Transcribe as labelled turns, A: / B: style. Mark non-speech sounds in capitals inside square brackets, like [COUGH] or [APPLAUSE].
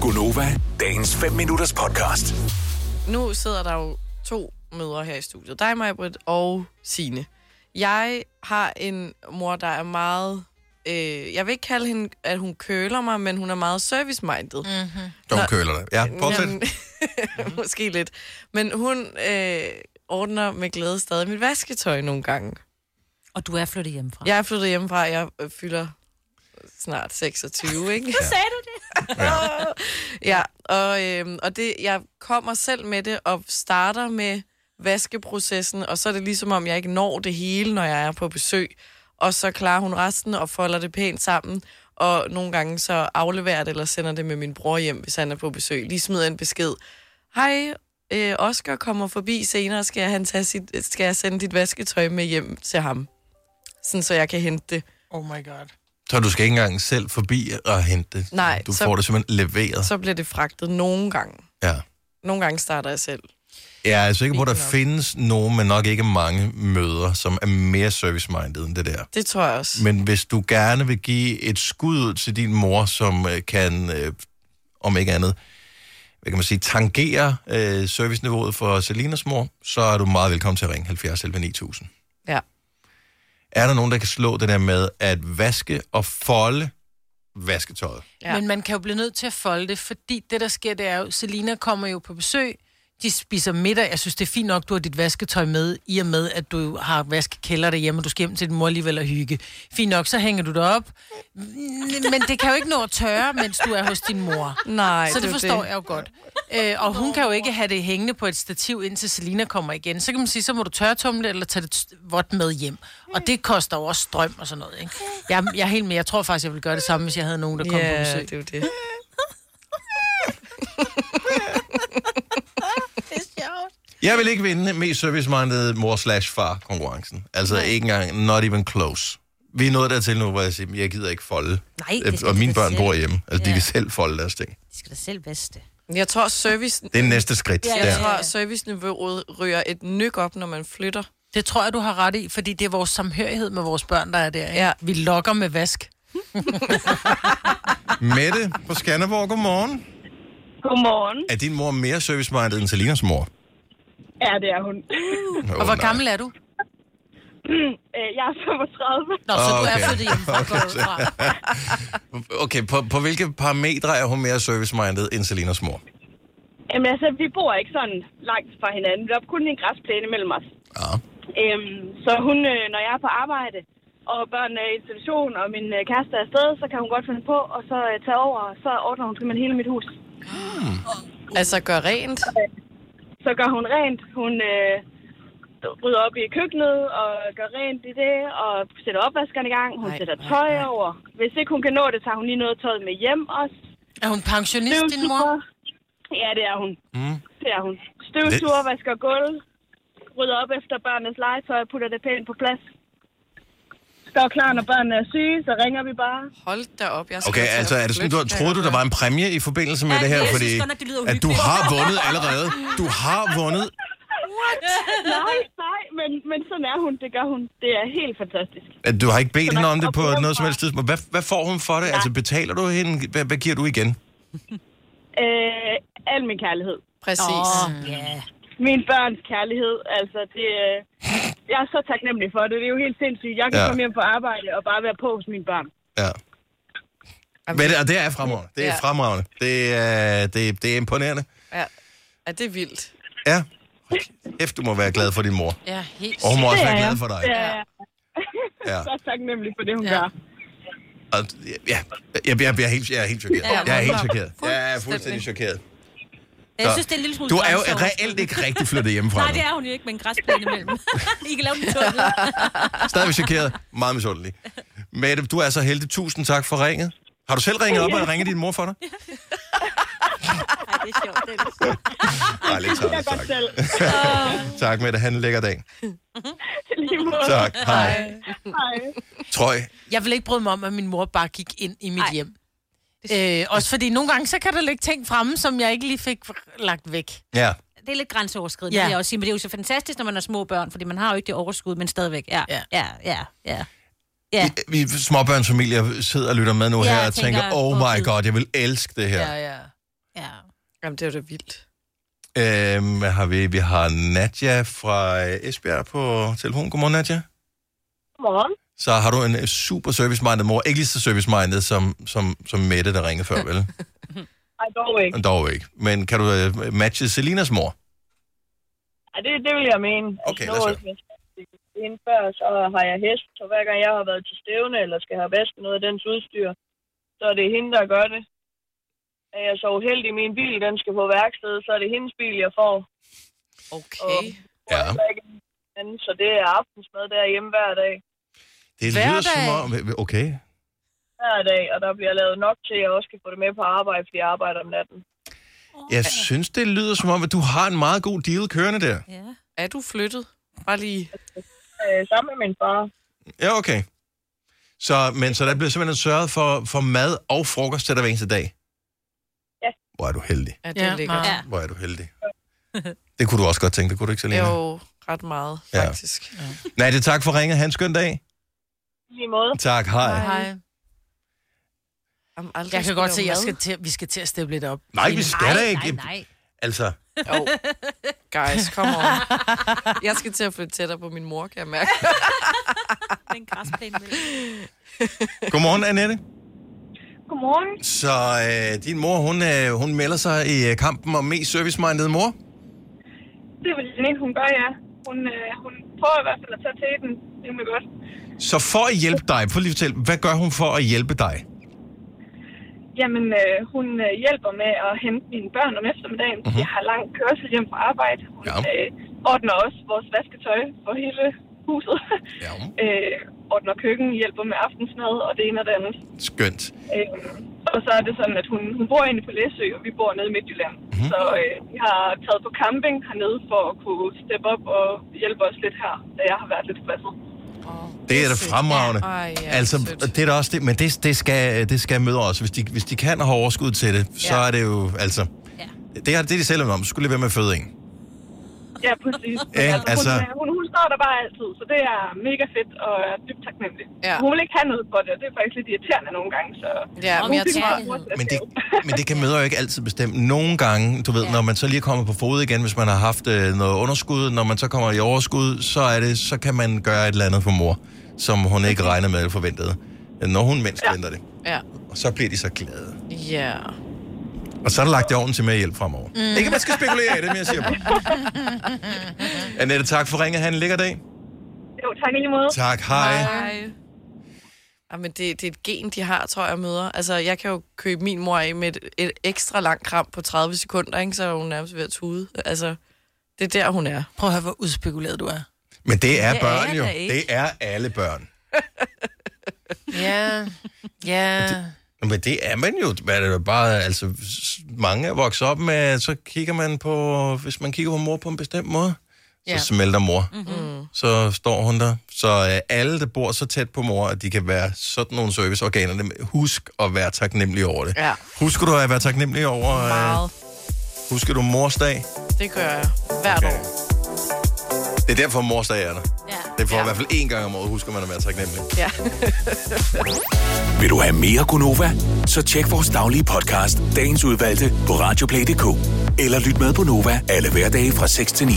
A: Gunova, dagens 5 minutters podcast.
B: nu sidder der jo to mødre her i studiet. Dig, Majbrit og Sine. Jeg har en mor, der er meget... Øh, jeg vil ikke kalde hende, at hun køler mig, men hun er meget service-minded. Mm.
C: Dog køler dig. Ja, fortsæt.
B: [LAUGHS] Måske lidt. Men hun øh, ordner med glæde stadig mit vasketøj nogle gange.
D: Og du er flyttet hjemmefra.
B: Jeg er flyttet hjemmefra, jeg øh, fylder snart 26,
D: [LAUGHS]
B: ikke?
D: Sagde du det?
B: Ja, og, øhm, og det, jeg kommer selv med det og starter med vaskeprocessen, og så er det ligesom om, jeg ikke når det hele, når jeg er på besøg. Og så klarer hun resten og folder det pænt sammen, og nogle gange så afleverer jeg det eller sender det med min bror hjem, hvis han er på besøg. Lige smider en besked. Hej, øh, Oscar kommer forbi senere, skal jeg, han tage sit, skal jeg sende dit vasketøj med hjem til ham? Sådan, så jeg kan hente det.
E: Oh my god.
C: Så du skal ikke engang selv forbi og hente det.
B: Nej,
C: Du
B: så-
C: får det simpelthen leveret.
B: Så bliver det fragtet nogle gange.
C: Ja.
B: Nogle gange starter jeg selv.
C: Jeg er altså sikker på, at der
B: Fint nok.
C: findes nogen, men nok ikke mange møder, som er mere service-minded end det der.
B: Det tror jeg også.
C: Men hvis du gerne vil give et skud ud til din mor, som øh, kan, øh, om ikke andet, hvad kan man sige, tangere øh, serviceniveauet for Selinas mor, så er du meget velkommen til at ringe 70 11 9000.
B: Ja.
C: Er der nogen, der kan slå det der med at vaske og folde vasketøjet?
B: Ja.
E: Ja. Men man kan jo blive nødt til at folde det, fordi det, der sker, det er jo, Selina kommer jo på besøg, de spiser middag. Jeg synes, det er fint nok, du har dit vasketøj med, i og med, at du har vaskekælder derhjemme, og du skal hjem til din mor alligevel og hygge. Fint nok, så hænger du det op. Men det kan jo ikke nå at tørre, mens du er hos din mor.
B: Nej,
E: så
B: er
E: det
B: jo
E: forstår jeg jo godt. Øh, og hun kan jo ikke have det hængende på et stativ, indtil Selina kommer igen. Så kan man sige, så må du tørretumle eller tage det t- vådt med hjem. Og det koster jo også strøm og sådan noget, ikke? Jeg, jeg er helt med. Jeg tror faktisk, jeg ville gøre det samme, hvis jeg havde nogen, der kom på
B: Ja,
E: besøg.
B: det er jo det.
C: Jeg vil ikke vinde mest service-minded mor slash far konkurrencen. Altså Nej. ikke engang, not even close. Vi er nået dertil nu, hvor jeg siger, jeg gider ikke folde.
D: Nej, det
C: Øh,
D: skal
C: og
D: de
C: mine
D: da
C: børn
D: selv.
C: bor hjemme. Altså, de
D: Ja.
C: kan selv folde deres ting.
D: De skal da selv vaske det.
B: Jeg tror, service,
C: Det er næste skridt.
D: Ja,
C: Ja,
D: ja. [LAUGHS]
B: jeg tror, serviceniveauet ryger et nyk op, når man flytter.
E: Det tror jeg, du har ret i, fordi det er vores samhørighed med vores børn, der er der. Ikke?
B: Ja.
E: Vi lokker med vask.
C: Mette på Skanderborg, godmorgen.
F: Godmorgen.
C: Er din mor mere service-minded end Selinas mor?
F: Ja, det er hun.
C: Oh,
E: Og hvor gammel er du?
F: Øh, jeg er 35.
E: Nå, så
C: Åh,
E: du
C: [LAUGHS] okay.
E: er flyttet hjemmefra, går jeg ud fra.
C: Okay, på, på hvilke parametre er hun mere service-minded end Selinas mor?
F: Jamen altså, vi bor ikke sådan langt fra hinanden. Vi har kun en græsplæne mellem os.
C: Ja.
F: Øhm, så hun, øh, når jeg er på arbejde, og børnene er i institution, og min øh, kæreste er afsted, så kan hun godt finde på, og så øh, tage over, og så ordner hun simpelthen hele mit hus.
B: Altså, gør rent.
F: Så gør hun rent. Hun øh, rydder op i køkkenet, og gør rent i det, og sætter opvaskeren i gang. Hun
B: Ej,
F: ej, sætter
B: ej,
F: tøj
B: ej.
F: over. Hvis ikke hun kan nå det, tager hun lige noget tøj med hjem også.
E: Er hun pensionist, din mor?
F: Ja, det er hun.
C: Mm.
F: Det er hun. Støvsuger, vasker gulv, rydder op efter børnenes legetøj, putter det pænt på plads. Står klar, når børnene er syge, så ringer vi bare.
B: Hold da op. Jeg skal
C: Okay,
B: til at
C: altså er det sådan, du har
B: flytte.
C: troet, du, der var en præmie i forbindelse med
D: Ja,
C: det her?
D: jeg synes
C: fordi
D: godt nok, det lyder
C: at du
D: uhyggeligt.
C: har vundet allerede. Du har vundet.
F: Nej, nej, men, men sådan er hun. Det gør hun. Det er helt fantastisk.
C: At du har ikke bedt
F: Så man
C: hende om
F: kan
C: det på
F: opleve
C: noget som
F: fra-
C: helst tidspunkt. Hvad, hvad får hun for det?
F: Nej.
C: Altså betaler du hende? Hvad, hvad giver du igen?
F: Øh, al min kærlighed.
B: Præcis.
D: Åh, ja.
F: Min børns kærlighed, altså det... Øh, jeg er så taknemmelig for det. Det er jo helt sindssygt. Jeg kan
C: Ja.
F: ja. komme hjem på arbejde og bare være på hos mine børn.
C: Ja. Men det, og det er fremragende. Det
B: Ja.
C: er fremragende. Det er, det, det er imponerende.
B: Ja. ja, det er vildt.
C: Ja. Efter du må være glad for din mor.
E: Ja, helt
C: Og hun må også
F: Det
C: være
F: er
C: glad
F: jeg.
C: for dig.
F: Ja, ja.
C: Ja.
F: Så taknemmelig for det, hun
E: Ja.
F: ja. gør.
C: Og, ja. Jeg, jeg, jeg, er helt, jeg er helt chokeret.
B: Ja,
C: Jeg er helt
B: hvorfor?
C: chokeret. Jeg er
B: Fuldstændig.
C: fuldstændig chokeret.
D: Jeg synes, det er en lille smule
C: Du er jo
D: grænseoverskridende.
C: reelt ikke rigtig flyttet hjemmefra.
D: Nej,
C: nu.
D: det er hun jo ikke, men græsplæne [LAUGHS] imellem. I kan lave den tunnel.
C: Stadigvæk chokeret. Meget misundelig. Mette, du er så heldig. Tusind tak for ringet. Har du selv ringet op og ringet din mor for dig?
D: [LAUGHS] Ej, det er sjovt. Det er lidt sjovt.
C: Nej, lidt
F: Det er
C: travlt,
F: godt
C: tak. [LAUGHS]
F: selv.
C: Tak, Mette. Han en lækker dag.
F: Lige måde.
C: Tak. Hej.
F: Hej.
C: Trøj.
E: Jeg vil ikke bryde mig om, at min mor bare gik ind i mit
D: Ej.
E: Ej. hjem. Øh, også fordi nogle gange, så kan der ligge ting fremme, som jeg ikke lige fik lagt væk.
C: Ja.
D: Det er lidt grænseoverskridende,
E: Ja.
D: ja. vil jeg også sige. Men det er jo så fantastisk, når man har små børn, fordi man har jo ikke det overskud, men stadigvæk. Ja,
E: Ja.
D: ja, ja, ja.
C: Vi, vi småbørnsfamilier sidder og lytter med nu
D: Ja,
C: her
D: jeg
C: og tænker,
D: tænker,
C: oh
D: åh,
C: my
D: Gud."
C: god, jeg vil elske det her.
E: ja.
B: Jamen, det er jo da vildt.
C: Øhm, hvad har vi? Vi har Nadja fra øh, Esbjerg på telefon. Godmorgen, Nadja.
F: Godmorgen.
C: Så har du en øh, super service-minded mor. Ikke lige så service-minded som, som, som Mette, der ringer før, vel?
F: Ej, dog ikke.
C: Dog ikke. Men kan du øh, matche Selinas mor?
F: Ej, det, det vil jeg mene.
C: Okay,
F: nu
C: lad os
F: er jeg inden før, så har jeg hest, så hver gang jeg har været til stævne, eller skal have vasket noget af dens udstyr, så er det hende, der gør det. Er jeg så uheldig, at min bil den skal på værksted, så er det hendes bil, jeg får.
B: Okay.
F: Åh.
C: Ja.
F: Så ikke anden, Så det er aftensmad derhjemme hver dag.
C: Det
B: Hver
C: lyder som
B: dag.
C: om... Okay.
F: Hver dag, og der bliver lavet nok til, at jeg også kan få det med på arbejde, fordi jeg arbejder om natten.
C: Jeg synes, det lyder som om, at du har en meget god deal kørende der.
D: Ja.
B: Er du flyttet? Bare lige...
F: Øh, sammen med min far.
C: Ja, okay. Så, men, så der bliver simpelthen sørget for, for mad og frokost til dig hver eneste dag?
F: Ja.
C: Hvor er du heldig.
B: Ja, det
E: Ja,
B: ja, ligger
D: meget.
C: Hvor er du heldig. Det kunne du også godt tænke, det kunne du ikke, Selina?
B: jo ret meget,
C: Ja.
B: faktisk. Ja.
C: Nej, det er tak for ringet. Ha' en skøn dag.
F: I lige måde.
C: Tak, hej. hej.
E: Hej.
B: Jamen, aldrig
E: Jeg kan
B: skulle
E: godt
B: lave
E: se, at jeg
B: mad.
E: skal til, vi skal til at steppe lidt op.
C: Nej, vi skal da
D: nej,
C: ikke.
D: nej, nej.
C: Altså,
B: Jo. Guys, kom on. Jeg skal til at flytte tættere på min mor, kan jeg
E: [LAUGHS]
B: mærke.
D: Den græsplæne vil.
C: godmorgen, Annette.
F: Godmorgen.
C: Så øh, din mor, hun, øh, hun melder sig i øh, kampen om mest service-minded mor.
F: Det vil Janine, hun gør, ja. Hun, øh, hun prøver i hvert fald at tage til den rimelig godt.
C: Så for at hjælpe dig, prøv lige at fortælle, hvad gør hun for at hjælpe dig?
F: Jamen, øh, hun øh, hjælper med at hente mine børn om eftermiddagen. Mm-hmm. Jeg har lang kørsel hjem fra arbejde. Hun
C: Mhm. Ja.
F: ja. øh, ordner også vores vasketøj for hele huset.
C: Ja.
F: [LAUGHS] øh, ordner køkken, hjælper med aftensmad og det ene og det andet.
C: Skønt.
F: Øh, og så er det sådan, at hun, hun bor inde på Læsø, og vi bor nede i Midtjylland. Mm-hmm.
C: Mhm.
F: Så øh, vi har taget på camping hernede for at kunne steppe op og hjælpe os lidt her, da jeg har været lidt stresset.
C: Det er da fremragende.
B: Ej, ja,
C: altså,
B: sødt.
C: det er da også det, men det, det, skal, det skal mødre også. Hvis de, hvis de kan og har overskud til det, så
D: Ja.
C: er det jo, altså...
D: Ja.
C: Det er det, er de selv om, så skulle det være med at føde en.
F: Ja, præcis.
C: Ja,
F: altså,
C: altså-
F: Hun, hun, hun står der bare altid, så det er mega fedt og er dybt taknemmelig.
B: Ja.
F: Hun vil ikke have noget for det, og det er faktisk lidt irriterende nogle gange. Så
B: Ja,
F: Hun
B: men jeg
F: fik
B: tror...
F: meget hurtigt at
C: Men det,
F: lave.
C: men det kan mødre jo ikke altid bestemme. Nogle gange, du ved, ja. når man så lige kommer på fod igen, hvis man har haft øh, noget underskud, når man så kommer i overskud, så er det, så kan man gøre et eller andet for mor, som hun ikke regner med eller forventede. Når hun mindst ja. venter det.
B: Ja.
C: Og så bliver de så glade.
B: ja.
C: Og så er der lagt i ovnen til mere hjælp fremover. Mm. Ikke, at man skal spekulere i det, men jeg siger bare. Annette, tak for ringet. Ha' en lækker dag.
F: Jo, tak i lige måde.
C: Tak, hej. hej.
B: Hej. Jamen, det, det er et gen, de har, tror jeg, møder. Altså, jeg kan jo købe min mor af med et, et ekstra langt kram på 30 sekunder, ikke? så er hun nærmest ved at tude. Altså, det er der, hun er.
E: Prøv at høre, hvor udspekuleret du er.
C: Men det er
D: Det er
C: børn
D: jeg
C: jo.
D: da ikke.
C: Det er alle børn.
E: Ja, ja.
C: Men det er man jo. Hvad er det bare, altså, s- mange er vokset op med, så kigger man på, hvis man kigger på mor på en bestemt måde, så
E: Ja.
C: smelter mor. Mm-hmm. Så står hun der. Så øh, alle, der bor så tæt på mor, at de kan være sådan nogle serviceorganer, dem- husk at være taknemmelig over det.
B: Ja.
C: Husker du at være taknemmelig over, øh,
B: Meget.
C: husker du mors dag?
B: Det gør jeg hvert okay. år.
C: Det er derfor, mors dag er der.
D: [LAUGHS] Ja.
C: Det er for ja.
B: Ja.
C: i hvert fald én gang om året, husker man at være taknemmelig.
B: Ja.
A: Vil du have mere Gunova? Så tjek vores daglige podcast, dagens udvalgte, på radioplay.dk. Eller lyt med på Nova alle hverdage fra 6 til 9.